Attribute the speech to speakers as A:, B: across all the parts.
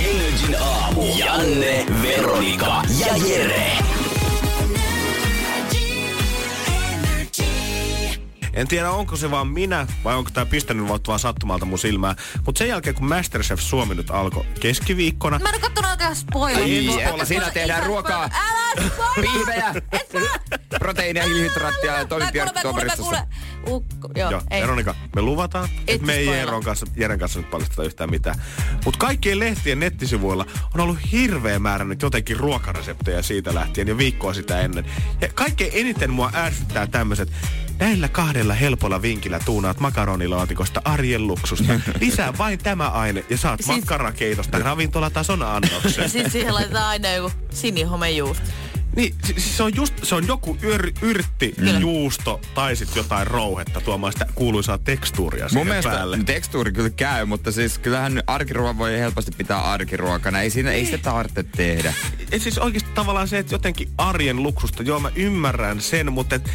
A: Energin aamu. Janne, Veronika ja Jere.
B: En tiedä, onko se vaan minä vai onko tämä pistänyt vaan- vaan sattumalta mun silmää. Mutta sen jälkeen, kun Masterchef Suomi nyt alkoi keskiviikkona,
C: Mä en oo kattonut oikein
D: Ei,
C: spoileria.
D: että siinä tehdään ruokaa.
C: Älä spoilaa!
D: Pihvejä,
C: Et mä!
D: proteiineja, hiilihydraattia ja
C: Mä kuule, mä kuule, mä
D: toimipiarkkituomaristossa.
C: kuule. Ukko, joo,
B: Joo,
C: ei.
B: Veronika, me luvataan, että me ei
C: spoilaa.
B: Jeron kanssa, Jeren kanssa nyt paljasteta yhtään mitään. Mutta kaikkien lehtien nettisivuilla on ollut hirveä määrä nyt jotenkin ruokareseptejä siitä lähtien jo viikkoa sitä ennen. Ja kaikkein eniten mua ärsyttää tämmöiset, näillä kahdella helpolla vinkillä tuunaat makaronilaatikosta arjen luksusta. Lisää vain tämä aine ja saat
C: Siis-
B: makkarakeitosta ravintolatason annoksen.
C: Ja sit siihen laitetaan aina joku sinihomejuusto.
B: Niin, si- siis se on just, se on joku yr, yrtti,
C: Kyllä.
B: juusto tai sitten jotain rouhetta tuomaan sitä kuuluisaa tekstuuria
D: Mun
B: siihen
D: mielestä
B: päälle.
D: tekstuuri kyllä käy, mutta siis kyllähän arkiruoka voi helposti pitää arkiruokana. Ei, siinä, ei sitä tarvitse tehdä.
B: Et siis oikeasti tavallaan se, että jotenkin arjen luksusta, joo mä ymmärrän sen, mutta et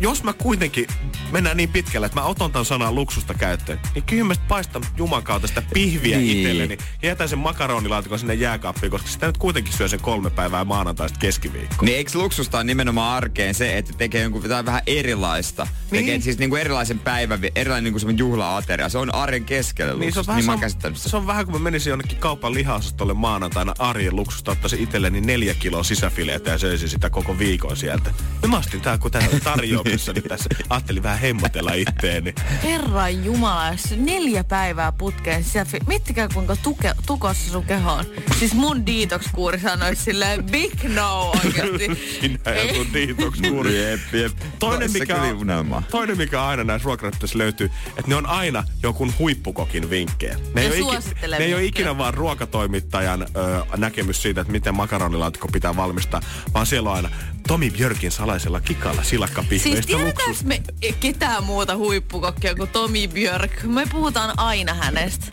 B: jos mä kuitenkin mennään niin pitkälle, että mä otan tämän sanan luksusta käyttöön, niin kyllä mä sit paistan juman kautta sitä pihviä
D: Niin.
B: niin. itselleni ja jätän sen makaronilaatikon sinne jääkaappiin, koska sitä nyt kuitenkin syö sen kolme päivää maanantaista keskiviikkoa.
D: Niin eikö luksusta on nimenomaan arkeen se, että tekee jonkun jotain vähän erilaista? Niin. Tekee
B: Niin.
D: siis niinku erilaisen päivän, erilainen niinku semmoinen juhlaateria. Se on arjen keskellä luksus,
B: Niin, se, on vähän
D: niin mä oon
B: sam-
D: käsittänyt sen.
B: se on vähän kuin mä menisin jonnekin kaupan lihaosastolle maanantaina arjen luksusta, ottaisin itselleni neljä kiloa sisäfileitä ja söisin sitä koko viikon sieltä. Ja mä astin tää, kun tää on tarjoamassa, niin tässä ajattelin vähän hemmotella itteeni.
C: Herran jumala, jos neljä päivää putkeen sisäfi... Miettikää kuinka tuke, tukossa sun keho on. Siis mun detox-kuuri sanoisi silleen big no oikeesti.
B: Minä ja
C: Ei.
B: sun detox kuuri.
D: Jep, jep.
B: Toinen
D: No, se
B: mikä,
D: kyllä
B: on,
D: unelma.
B: toinen mikä aina näissä ruokarattoissa löytyy, että ne on aina jonkun huippukokin vinkkejä.
C: Ja
B: Ne, ei, ole ikinä,
C: suosittelee
B: ne ei ole
C: vinkkejä.
B: ikinä vaan ruokatoimittajan ö, näkemys siitä, että miten makaronilaatikko pitää valmistaa, vaan siellä on aina Tomi Björkin salaisella kikalla
C: Siis
B: silakkapihveistä
C: tiedetäänkö me ketään muuta huippukokkia kuin Tomi Björk? Me puhutaan aina hänestä.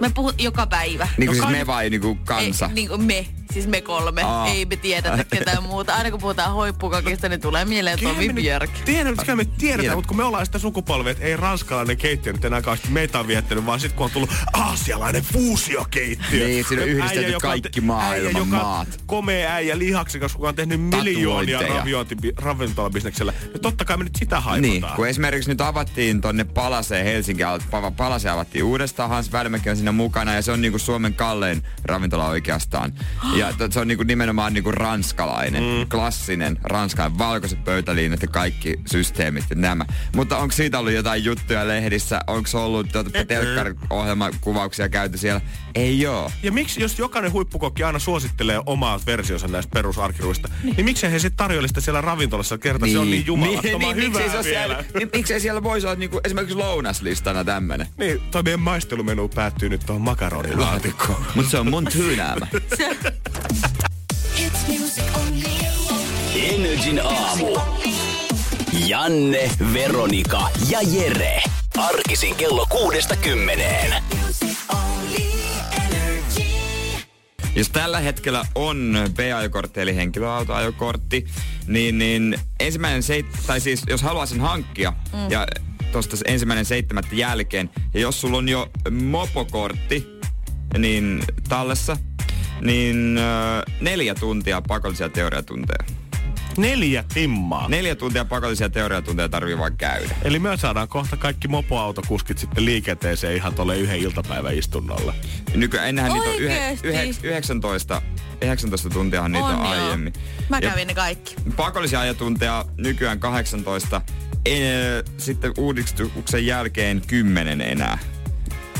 C: Me puhut joka päivä.
D: Niinku
B: No
D: siis
B: kai-
D: me vai niinku kansa?
C: Ei, niin kuin me, siis me kolme.
D: Aa.
C: Aa. Ei me tiedetä ketään muuta. Aina kun puhutaan huippukokista, niin tulee mieleen Tomi Björk.
B: Tiedän, että kyllä me
D: Tiedä.
B: tiedetään, mutta kun me ollaan sitä sukupolvea, että ei ranskalainen keittiö nyt enää kauheasti meitä on viettänyt, vaan sitten kun on tullut aasialainen fuusiokeittiö.
D: Niin, siinä on
B: Äijä,
D: yhdistetty
B: joka on te-
D: kaikki maailman
B: äijä, joka on
D: maat.
B: Komea äijä lihaksikas, kuka on tehnyt miljoonia
D: Tatuointeja.
B: raviointi- ravintolabisneksellä. Ja totta kai me nyt sitä
D: Niin,
B: haipataan.
D: kun esimerkiksi nyt avattiin tonne Palaseen Helsinki, al- pa- Palase avattiin uudestaan, Hans Välmäki on siinä mukana ja se on niinku Suomen kallein ravintola oikeastaan. Ja to, se on niinku nimenomaan niinku ranskalainen, mm. klassinen, ranskalainen, valkoiset pöytäliinat ja kaikki systeemit ja nämä. Mutta onko siitä ollut jotain juttuja lehdissä? Onko ollut tuota, telkkariohjelman kuvauksia käyty siellä? Ei oo.
B: Ja miksi, jos jokainen huippukokki aina suosittelee omaa versionsa näistä perusarkiruista, niin, niin miksei he sitten tarjoile sitä siellä ravintolassa kerta, niin. se on niin jumalattoman hyvää
D: miksei se ole
B: vielä.
D: siellä, niin, miksei siellä voisi olla niinku, esimerkiksi lounaslistana tämmönen?
B: Niin, toi meidän maistelumenu päättyy nyt tuohon makaronilaatikkoon.
D: Mutta se on mun tyynäämä.
E: It's music only.
A: Energin aamu. Janne, Veronika ja Jere. Arkisin kello kuudesta kymmeneen.
E: Music only. Energy.
D: Jos tällä hetkellä on PA-kortti eli henkilöautoajokortti, niin, niin ensimmäinen seit, tai siis jos haluaa sen hankkia mm. ja tuosta ensimmäinen seitsemättä jälkeen, ja jos sulla on jo mopokortti niin tallessa, niin ö, neljä tuntia pakollisia teoriatunteja.
B: Neljä timmaa. Ne.
D: Neljä tuntia pakollisia teoriatunteja tarvii vaan käydä.
B: Eli me saadaan kohta kaikki mopoautokuskit sitten liikenteeseen ihan tuolle yhden iltapäivän istunnolle.
D: Nykyään enää niitä on yhe,
C: Oikeesti?
D: yhe, 19, 19 tuntiahan niitä on,
C: On joo.
D: aiemmin.
C: Mä
D: Ja
C: kävin ne kaikki.
D: pakollisia ajotunteja nykyään 18, ee, sitten uudistuksen jälkeen 10 enää.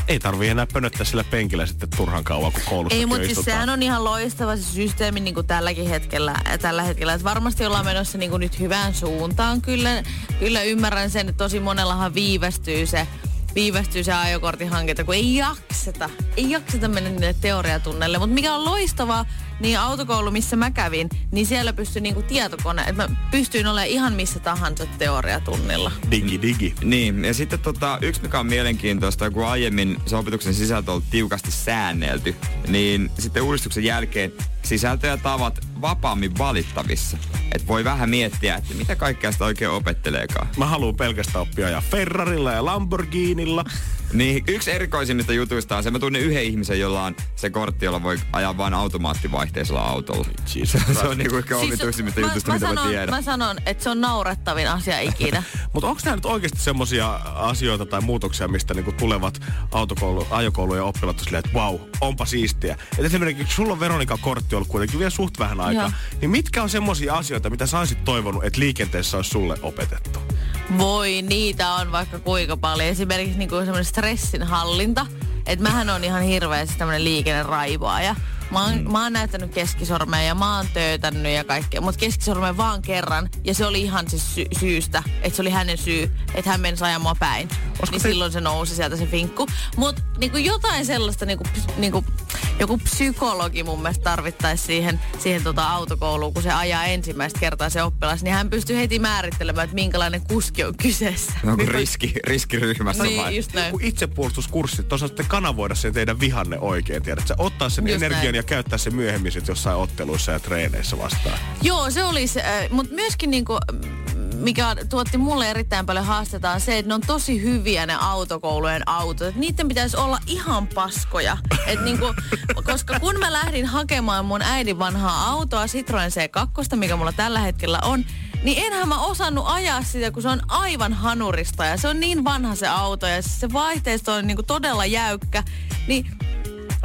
B: Ei tarvii enää pönöttää sillä penkillä sitten turhan kauan, kun koulussa
C: Ei, mutta siis sehän on ihan loistava se systeemi niin kuin tälläkin hetkellä. äh, Tällä hetkellä. Et varmasti ollaan menossa niin kuin nyt hyvään suuntaan. Kyllä, kyllä ymmärrän sen, että tosi monellahan viivästyy se viivästyy se ajokortin hankinta, kun ei jakseta. Ei jakseta mennä niille teoriatunneille. Mutta mikä on loistavaa, niin autokoulu, missä mä kävin, niin siellä pystyi niinku tietokone. Et mä pystyin olemaan ihan missä tahansa teoriatunnilla.
B: Digi, digi.
D: Niin, ja sitten tota, yksi mikä on mielenkiintoista, kun aiemmin se opetuksen sisältö on ollut tiukasti säännelty, niin sitten uudistuksen jälkeen sisältö ja tavat vapaammin valittavissa. Et voi vähän miettiä, että mitä kaikkea sitä oikein opetteleekaan.
B: Mä haluan pelkästään oppia ajaa Ferrarilla ja Lamborghinilla.
D: Niin, yksi erikoisimmista jutuista on se, mä tunnen yhden ihmisen, jolla on se kortti, jolla voi ajaa vain automaattivaihteisella autolla.
B: Jesus
D: Se on niinku ehkä omituisimmista
C: Siis mä,
D: jutuista,
C: mä,
D: mitä mä
C: sanon,
D: tiedän.
C: mä sanon, että se on naurettavin asia ikinä.
B: Mutta onko nämä nyt oikeasti semmosia asioita tai muutoksia, mistä niinku tulevat autokoulu, ajokoulujen oppilaat on silleen, että vau, wow, onpa siistiä. Et esimerkiksi sulla on Veronika kortti ollut kuitenkin vielä suht vähän aikaa.
C: Joo.
B: Niin mitkä on semmosia asioita, mitä sä olisit toivonut, että liikenteessä olisi sulle opetettu?
C: Voi, niitä on vaikka kuinka paljon. Esimerkiksi niinku semmoinen stressin hallinta. Että mähän on ihan hirveästi tämmöinen liikenneraivaaja. Mä oon, mm. mä oon näyttänyt keskisormea ja mä oon töötännyt ja kaikkea. Mutta keskisormen vaan kerran. Ja se oli ihan siis sy- syystä. Että se oli hänen syy, että hän meni ajaa mua päin. niin
B: se-
C: silloin se nousi sieltä se finkku. Mutta niinku jotain sellaista, niinku, ps- niinku, joku psykologi mun mielestä tarvittaisi siihen, siihen tota autokouluun, kun se ajaa ensimmäistä kertaa se oppilas, niin hän pystyy heti määrittelemään, että minkälainen kuski on kyseessä.
D: Onko riski, riskiryhmässä
C: Niin,
D: vai?
C: just näin.
B: Joku itsepuolustuskurssi, että osaisitte kanavoida sen teidän vihanne oikein, tiedät sä, ottaa sen
C: Just
B: energian
C: näin.
B: ja käyttää sen myöhemmin sit jossain otteluissa ja treeneissä vastaan.
C: Joo, se olisi, äh, mutta myöskin niinku, mm, mikä tuotti mulle erittäin paljon haasteita on se, että ne on tosi hyviä ne autokoulujen autot. Et niiden pitäisi olla ihan paskoja. Et niinku, koska kun mä lähdin hakemaan mun äidin vanhaa autoa, Citroen C2, mikä mulla tällä hetkellä on, niin enhän mä osannut ajaa sitä, kun se on aivan hanurista ja se on niin vanha se auto ja se vaihteisto on niinku todella jäykkä. Niin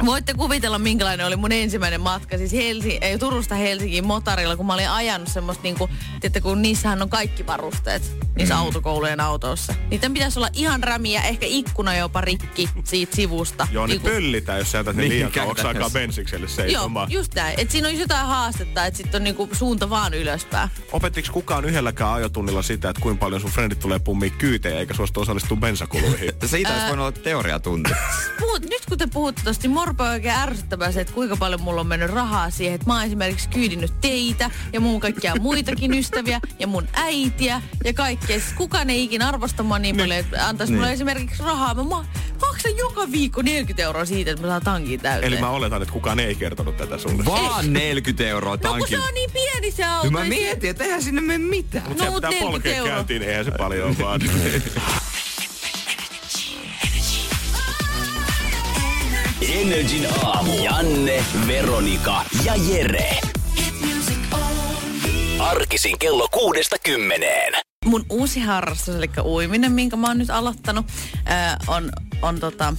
C: Voitte kuvitella, minkälainen oli mun ensimmäinen matka. Siis Helsi, ei, Turusta Helsinkiin motarilla, kun mä olin ajanut semmoista niinku, tiedätte, kun niissähän on kaikki varusteet niissä mm. autokoulujen autoissa. Niiden pitäisi olla ihan rämiä, ehkä ikkuna jopa rikki siitä sivusta.
B: Joo, niin
C: Niinku-
B: pöllitään, jos sä jätät ne
D: Niin,
B: liian kauaksi
D: käytännössä.
B: aikaa bensikselle
C: Joo,
B: seisomaan.
C: just näin. Et siinä on jotain haastetta, että sitten on niinku suunta vaan ylöspäin.
B: Opettiko kukaan yhdelläkään ajotunnilla sitä, että kuinka paljon sun frendit tulee pummia kyyteen eikä suostu osallistumaan bensakuluihin?
D: Siitä olisi voinut olla teoriatunti.
C: Puhut, nyt kun te puhutte tosta, niin morpa on oikein ärsyttävää se, että kuinka paljon mulla on mennyt rahaa siihen, että mä oon esimerkiksi kyydinnyt teitä ja mun kaikkia muitakin ystäviä ja mun äitiä ja kaikkea. Siis kukaan ei ikinä arvosta mua niin paljon, että antaisi mulle esimerkiksi rahaa. Mä ma- maksan joka viikko 40 euroa siitä, että mä saan tankin täyteen.
B: Eli mä oletan, että kukaan ei kertonut tätä sulle.
D: Vaan 40 euroa
C: no kun
D: tankilla.
C: se on niin pieni se auto.
D: No mä
C: ei se-
D: mietin, että eihän sinne mene mitään.
C: No mut
B: pitää
C: 40
B: polkea
C: euroa.
B: käyntiin, eihän se paljon ole vaan.
A: Energin aamu. Janne, Veronika ja Jere.
E: Hit music only.
A: Arkisin kello kuudesta kymmeneen.
C: Mun uusi harrastus, eli uiminen, minkä mä oon nyt aloittanut, ää, on, on tota...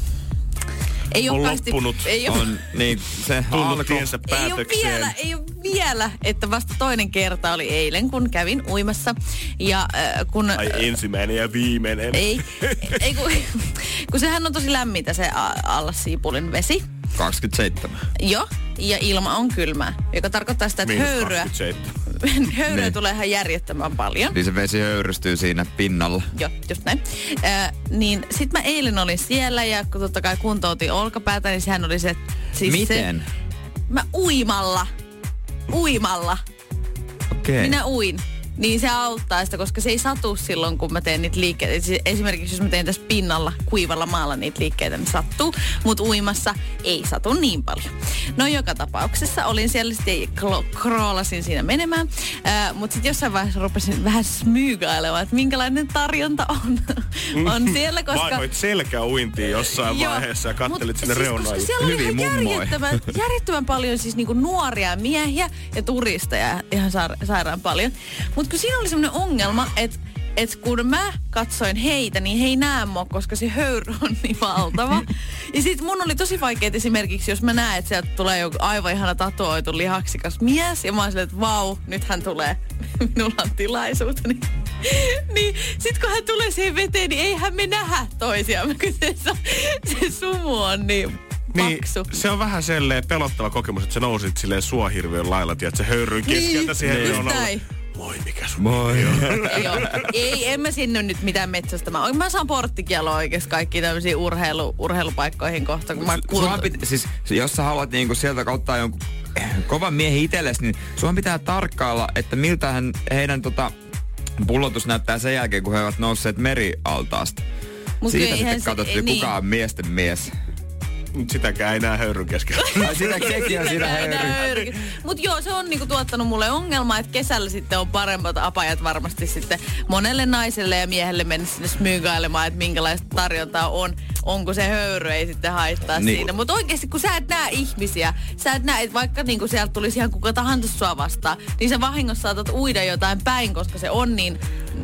C: Ei
B: On
C: oo päästy-
B: loppunut.
C: Ei oo-
D: On, niin se
B: Tullut
D: alkoi.
B: tiensä
C: Ei ole
B: päätökseen.
C: vielä, ei ole vielä, että vasta toinen kerta oli eilen, kun kävin uimassa. Ja äh, kun...
B: Ai ensimmäinen ja viimeinen.
C: ei, ei kun, kun sehän on tosi lämmintä se a- allassiipulin vesi.
D: 27.
C: Joo, ja ilma on kylmää, joka tarkoittaa sitä, että
B: Miinus
C: höyryä,
B: 27.
C: höyryä
D: Niin.
C: tulee ihan järjettömän paljon.
D: Niin se vesi höyrystyy siinä pinnalla.
C: Joo, just näin. Ö, niin sit mä eilen olin siellä ja kun totta kai kuntoutin olkapäätä, niin sehän oli se... Siis
D: Miten?
C: Se, mä uimalla. Uimalla.
D: Okei.
C: Minä uin. Niin se auttaa sitä, koska se ei satu silloin, kun mä teen niitä liikkeitä. Siis Esimerkiksi jos mä teen tässä pinnalla, kuivalla maalla niitä liikkeitä, niin sattuu. Mutta uimassa ei satu niin paljon. No joka tapauksessa olin siellä, sitten klo- kroolasin siinä menemään. Mutta sitten jossain vaiheessa rupesin vähän smyygailemaan, että minkälainen tarjonta on, on siellä, koska...
B: Vaihdoit selkää uintiin Mm. jossain vaiheessa ja kattelit
C: Mut
B: sinne
C: siis,
B: reunaan.
C: Koska siellä oli
D: Hyvin
C: ihan
D: mummoi.
C: järjettömän, järjettömän paljon siis niinku nuoria miehiä ja turisteja ihan sair- sairaan paljon. Mutta kun siinä oli semmoinen ongelma, että et kun mä katsoin heitä, niin he ei näe mua, koska se höyry on niin valtava. ja sit mun oli tosi vaikea esimerkiksi, jos mä näen, että sieltä tulee joku aivan ihana tatuoitu lihaksikas mies. Ja mä oon silleen, että vau, nyt hän tulee. Minulla on tilaisuus. Niin, niin sit kun hän tulee siihen veteen, niin eihän me nähdä toisiamme, kun se, se sumu on niin
B: Niin,
C: paksu.
B: se on vähän selleen pelottava kokemus, että sä nousit silleen suohirviön lailla, tiedät, se höyryn
C: Niin,
B: keskeltä siihen
C: just
B: reunalle.
C: näin.
B: Moi, mikä sun
D: Moi.
C: Ei, oo. ei, en mä sinne nyt mitään metsästämään. Mä saan porttikielon oikeasti kaikki tämmöisiin urheilu, urheilupaikkoihin kohta, kun mä
D: Sulla
C: kuulen.
D: pit- siis, jos sä haluat niinku sieltä kautta jonkun kovan miehen itsellesi, niin sun pitää tarkkailla, että miltä hän, heidän tota, pullotus näyttää sen jälkeen, kun he ovat nousseet merialtaasta.
C: Mut
D: Siitä
C: kyllä
D: sitten
C: eihän se-
D: katsot,
C: ei niin.
D: kuka on miesten mies.
B: Nyt sitäkään ei enää höyryn keskellä.
D: Ai sitä sekin on siinä höyry.
C: Mutta joo, se on niinku tuottanut mulle ongelmaa, että kesällä sitten on paremmat apajat varmasti sitten monelle naiselle ja miehelle mennä sinne smygailemaan, että minkälaista tarjontaa on. Onko se höyry, ei sitten haittaa
D: Niin.
C: niin. siinä. Mutta oikeasti kun sä et näe ihmisiä, sä et näe, että vaikka niinku sieltä tulisi ihan kuka tahansa sua vastaan, niin sä vahingossa saatat uida jotain päin, koska se on niin,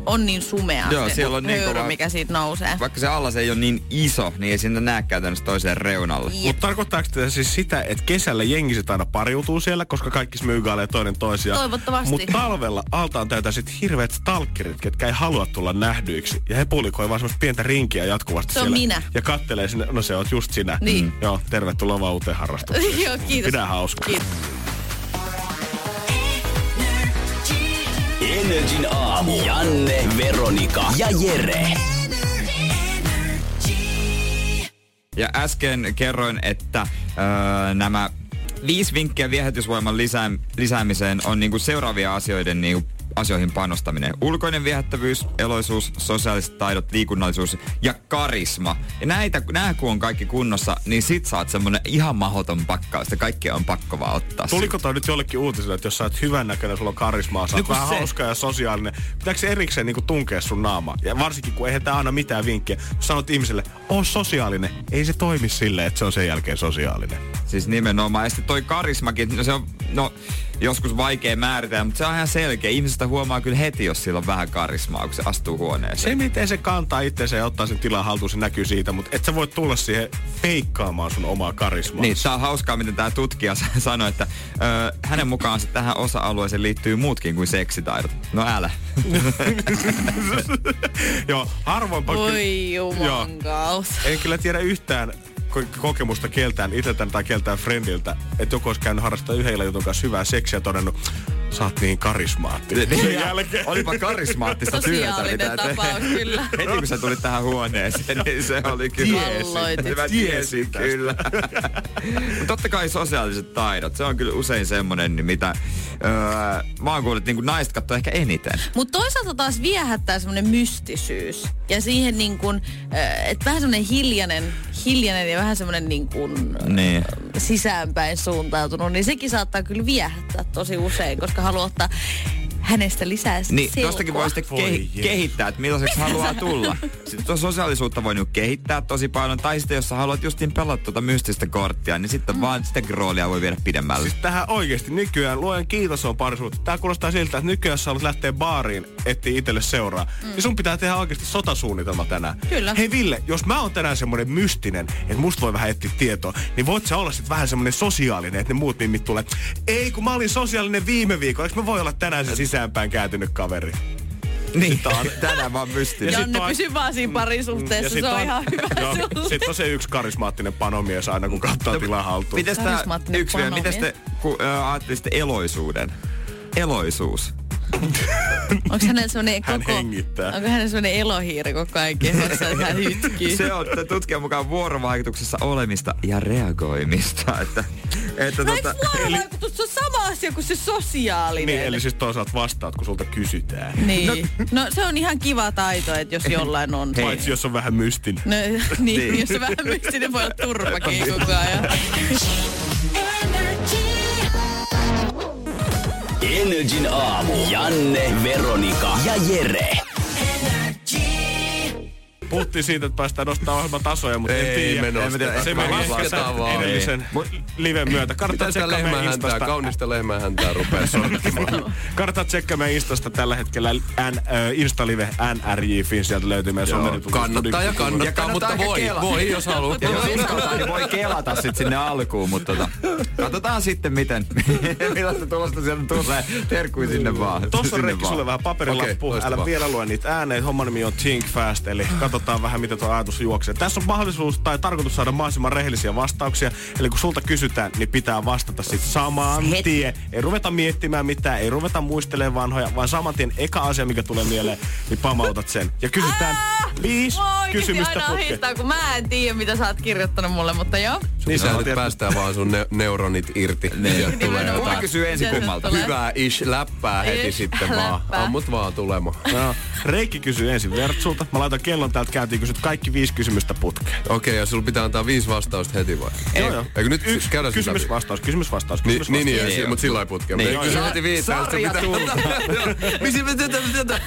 C: on niin sumea
D: Joo,
C: se
D: siellä on niin
C: höyry,
D: kova-
C: mikä siitä nousee.
D: Vaikka se alla se ei ole niin iso, niin ei sinne näe käytännössä toiseen reunalle.
C: Jep.
B: Mutta tarkoittaako tämä siis sitä, että kesällä jengiset aina pariutuu siellä, koska kaikki smyygailee toinen toisiaan?
C: Toivottavasti.
B: Mutta talvella altaan täytä sitten hirveät stalkerit, ketkä ei halua tulla nähdyiksi. Ja he pulikoi vaan semmoista pientä rinkiä jatkuvasti
C: Se on
B: siellä.
C: minä.
B: Ja kattelee sinne, no se oot just sinä.
C: Niin.
B: Mm. Joo, tervetuloa vaan uuteen harrastukseen.
C: joo, kiitos.
B: Pidä hauskaa.
C: Kiitos.
A: Energin aamu. Janne, Veronika ja Jere.
D: Ja äsken kerroin, että öö, nämä viisi vinkkiä viehätysvoiman lisääm- lisäämiseen on niinku seuraavia asioiden niinku asioihin panostaminen. Ulkoinen viehättävyys, eloisuus, sosiaaliset taidot, liikunnallisuus ja karisma. Ja näitä, nää kun on kaikki kunnossa, niin sit saat semmonen ihan mahoton pakkaus. Ja kaikkea on pakko vaan ottaa.
B: Tuliko toi nyt jollekin uutisille, että jos sä oot hyvän näköinen, sulla on karismaa, sä
D: No
B: oot
D: kun
B: vähän
D: se-
B: hauska ja sosiaalinen, pitääkö se erikseen niinku tunkea sun naama? Ja varsinkin kun eihän tää anna mitään vinkkiä. Jos sanot ihmiselle, oo sosiaalinen, ei se toimi silleen, että se on sen jälkeen sosiaalinen.
D: Siis nimenomaan. Ja sitten toi karismakin, no se on no, joskus vaikea määritellä, mutta se on ihan selkeä. Ihmisestä huomaa kyllä heti, jos sillä on vähän karismaa, kun se astuu huoneeseen.
B: Se, miten se kantaa itseensä ja ottaa sen tilan haltuun, se näkyy siitä, mutta et sä voi tulla siihen feikkaamaan sun omaa karismaa.
D: Niin, tää on hauskaa, miten tämä tutkija sanoi, että ö, hänen mukaansa tähän osa-alueeseen liittyy muutkin kuin seksitaidot. No älä.
B: Joo, harvoinpa
C: Voi juman kautta.
B: En kyllä tiedä yhtään ko- kokemusta keltään itseltään tai keltään friendiltä, että joku olisi käynyt harrastaa yhdellä jutun kanssa hyvää seksiä ja todennut, sä oot niin karismaattinen. Sen jälkeen.
D: Olipa karismaattista työtä.
C: Sosiaalinen
D: mitä teet.
C: tapaus, kyllä.
D: Heti kun sä tulit tähän huoneeseen, niin se oli kyllä.
C: Valloitit.
D: Mä tiesin, kyllä. Mut Totta kai sosiaaliset taidot, se on kyllä usein semmonen, niin mitä öö, mä oon kuullut, että niinku naiset katsoo ehkä eniten.
C: Mutta toisaalta taas viehättää semmoinen mystisyys. Ja siihen niin kuin, että vähän semmoinen hiljainen, hiljainen ja vähän semmoinen niin kuin
D: Niin.
C: sisäänpäin suuntautunut, niin sekin saattaa kyllä viehättää tosi usein, koska haluaa ottaa hänestä lisää
D: Niin,
C: selkoa.
D: tostakin voi sitten
B: Voi
D: kehi-
B: jees.
D: kehittää, että millaiseksi haluaa tulla. Sitten tuo sosiaalisuutta voi nyt kehittää tosi paljon. Tai sitten jos sä haluat justiin pelata tuota mystistä korttia, niin sitten mm. vaan sitäkin roolia voi viedä pidemmälle.
B: Siis tähän oikeesti nykyään, luojan kiitos on parisuutta. Tää kuulostaa siltä, että nykyään jos sä haluat lähteä baariin, etsiä itselle seuraa. Mm. Niin sun pitää tehdä oikeesti sotasuunnitelma tänään.
C: Kyllä.
B: Hei Ville, jos mä oon tänään semmonen mystinen, että musta voi vähän etsiä tietoa, niin voit sä olla sit vähän semmonen sosiaalinen, että ne muut mimmit tulee. Ei, kun mä olin sosiaalinen viime viikolla, eikö mä voi olla tänään se sisäänpäin kääntynyt kaveri?
D: Niin, tänään vaan mystiä.
B: Ja sit
C: Janne,
B: on-
C: pysy vaan siinä
B: Mm, Ja
C: parisuhteessa,
B: sit
C: se on ihan hyvä
B: joo,
C: sulle.
B: Sit on se yksi karismaattinen panomies aina, kun
F: No,
B: kattaa tilaa haltuun.
D: Mites tää
C: Karismaattinen
D: yksi vielä, mites te
C: panomies.
D: ku, äh, ajattelitte eloisuuden? Eloisuus.
C: Onko hänellä semmoinen
B: Hän
C: koko...
B: hengittää.
C: Onko hänellä semmoinen elohiiri koko ajan kehossa, että hän hytkii?
D: Se on t- tutkijan mukaan vuorovaikutuksessa olemista ja reagoimista. Että, että
C: No
D: tota,
C: eikö vuorovaikutus, se on sama asia kuin se sosiaalinen?
B: Niin, eli siis toisaalta vastaat, kun sulta kysytään.
C: Niin. No, se on ihan kiva taito, että jos jollain on.
D: Hei.
B: Paitsi jos on vähän mystinen.
C: No,
D: Niin.
C: niin, jos se vähän mystinen voi olla turpakin
B: Niin.
C: koko ajan.
A: Energin aamu. Janne, Veronika ja Jere.
B: Puhuttiin siitä, että päästään nostamaan ohjelman tasoja, mutta
F: Ei
B: en
F: me
B: tiedä.
F: nosteta.
B: Se me
F: Me
B: lasketaan
F: lasketaan vaan.
B: edellisen
D: Ei.
B: liven myötä. Kannattaa
F: Mitä
B: tsekkaa
F: sitä
B: meidän
F: lehmän häntää,
B: Instasta.
F: kaunista lehmän häntää rupeaa sorkkimaan.
B: Kannattaa tsekkaa meidän Instasta tällä hetkellä N, ö, Instalive NRJ Fin. Sieltä löytyy meidän Niin someritutus.
F: Kannattaa ja kannattaa, mutta
D: ehkä
F: voi,
D: kelaa.
F: voi, jos haluaa.
D: Ja jos uskaltaa, niin voi kelata sit sinne alkuun, mutta tota, katsotaan sitten miten, millaista tulosta sieltä tulee. Terkkui sinne vaan.
B: Tuossa on
D: Sinne
B: Rekki
D: vaan.
B: sulle vähän paperilappu.
F: Okei,
B: Älä
F: loistavaa.
B: vielä lue niitä ääneen. Homman nimi on Think Fast, eli katot seurataan vähän, miten tuo ajatus juoksee. Tässä on mahdollisuus tai tarkoitus saada mahdollisimman rehellisiä vastauksia. Eli kun sulta kysytään, niin pitää vastata sit samaan
G: Heti.
B: tien. Ei ruveta miettimään mitään, ei ruveta muistelemaan vanhoja, vaan saman tien eka asia, mikä tulee mieleen, niin pamautat sen. Ja kysytään viisi
C: Mua oikeesti
B: kysymystä
C: aina
B: putkeen.
C: ahdistaa, kun mä en tiedä, mitä sä oot kirjoittanut mulle, mutta joo.
F: Niin sä
B: Joo,
F: nyt
B: tietysti.
F: päästään vaan sun ne- neuronit irti. Ja tulee
C: Nimenomaan.
D: Kumpi
F: jotain
D: kysyy ensin
C: Mitä se
D: kummalta?
C: tulee?
F: hyvää ish läppää heti
C: Ish,
F: sitten vaan.
C: läppää.
F: Ammut vaan tulemaan.
B: No, Reikki kysyy ensin Vertsulta. Mä laitan kellon täältä käyntiin, kysyt kaikki viisi kysymystä putkeen.
F: Okei, ja sulla pitää antaa viisi vastausta heti vai?
B: Joo, joo.
F: Eikö nyt
B: Yksi
F: käydä Siis sitä
B: kysymys,
F: läpi?
B: vastaus, kysymys, vastaus,
F: Niin,
B: kysymys,
F: niin,
B: vastaus.
F: niin, niin, mutta sillä ei putkea.
D: Niin,
F: Niin,
D: joo,
F: kyllä
D: joo.
F: heti viittaa, sitä
D: Sarja
F: pitää. Joo. Miksi, mitä, mitä, mitä?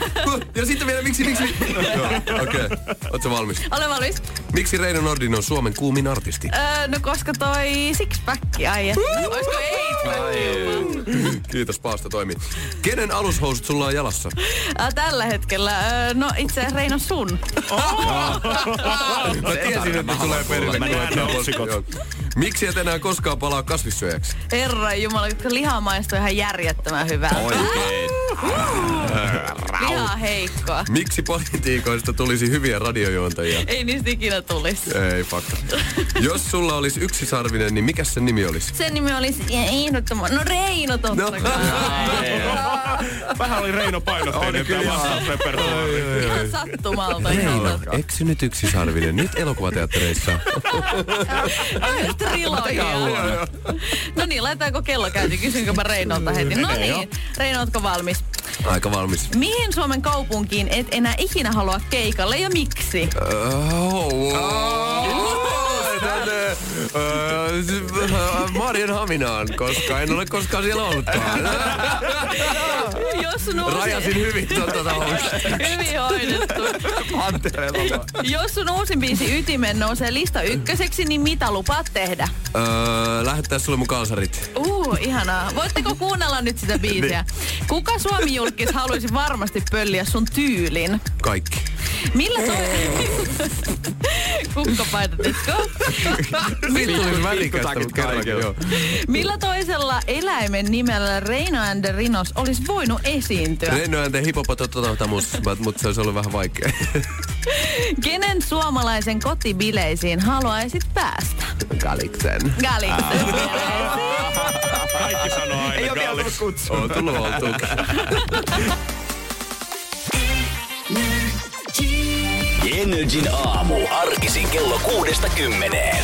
F: Ja sitten vielä, miksi, miksi? mi- Joo, Okei, ootko valmis?
C: Ole valmis.
F: Miksi Reino Nordin on Suomen kuumin artisti?
C: Öö, no koska toi sixpack ai että. Olisiko eight
F: Kiitos, paasta toimii. Kenen alushousut sulla on jalassa?
C: äh, Tällä hetkellä. Öö, no itse asiassa Reino sun.
F: Mä tiesin, että tulee perille. Miksi et enää koskaan palaa kasvissyöjäksi?
C: Herra Jumala, koska liha maistuu ihan järjettömän hyvää.
D: Oikein.
C: Liha heikkoa.
F: Miksi politiikoista tulisi hyviä radiojuontajia?
C: Ei niistä ikinä tulisi.
F: Ei fakta. Jos sulla olisi yksisarvinen, niin mikä sen nimi olisi?
C: Sen nimi olisi ehdottoman. No Reino totta
F: No.
C: kai.
B: Vähän oli Reino painotteinen tämä vastaus repertuaari.
C: Ihan sattumalta.
F: Reino,
C: Reino.
F: eksynyt yksisarvinen, nyt elokuvateattereissa.
C: Trilogia. No niin, laitetaanko kello käyntiin? Kysynkö mä Reinolta heti? No niin, Reino, ootko valmis?
F: Aika valmis.
C: Mihin Suomen kaupunkiin et enää ikinä halua keikalle ja miksi?
F: Äh, Tänne, öö, s- öö, Marjan Haminaan, koska en ole koskaan siellä ollutkaan.
C: Jos sun
F: Rajasin
C: uusi...
F: hyvin tuota taulusta.
C: Hyvin hoidettu. Jos sun uusin biisi Ytimen nousee lista ykköseksi, niin mitä lupaat tehdä?
F: Öö, lähettää sulle mun kalsarit.
C: Uu, ihanaa. Voitteko kuunnella nyt sitä biisiä? Kuka Suomi-julkis haluaisi varmasti pölliä sun tyylin?
F: Kaikki.
C: Millä toi... Kukkapaita, let's go.
F: Siitä tulisi värikästä,
D: Pikkutakit
F: mutta kaikki,
D: kaikilla.
F: joo.
C: Millä toisella eläimen nimellä Reino and the Rinos olisi voinut esiintyä?
F: Reino and the hippopotamus, mutta se olisi ollut vähän vaikea.
C: Kenen suomalaisen kotibileisiin haluaisit päästä?
F: Galiksen.
C: Galiksen bileisiin.
B: Kaikki sanoo aina
D: Ei ole vielä tullut
B: Gallis.
D: kutsua.
F: On tullut oltuukin.
A: Energin aamu. Arkisin kello kuudesta kymmeneen.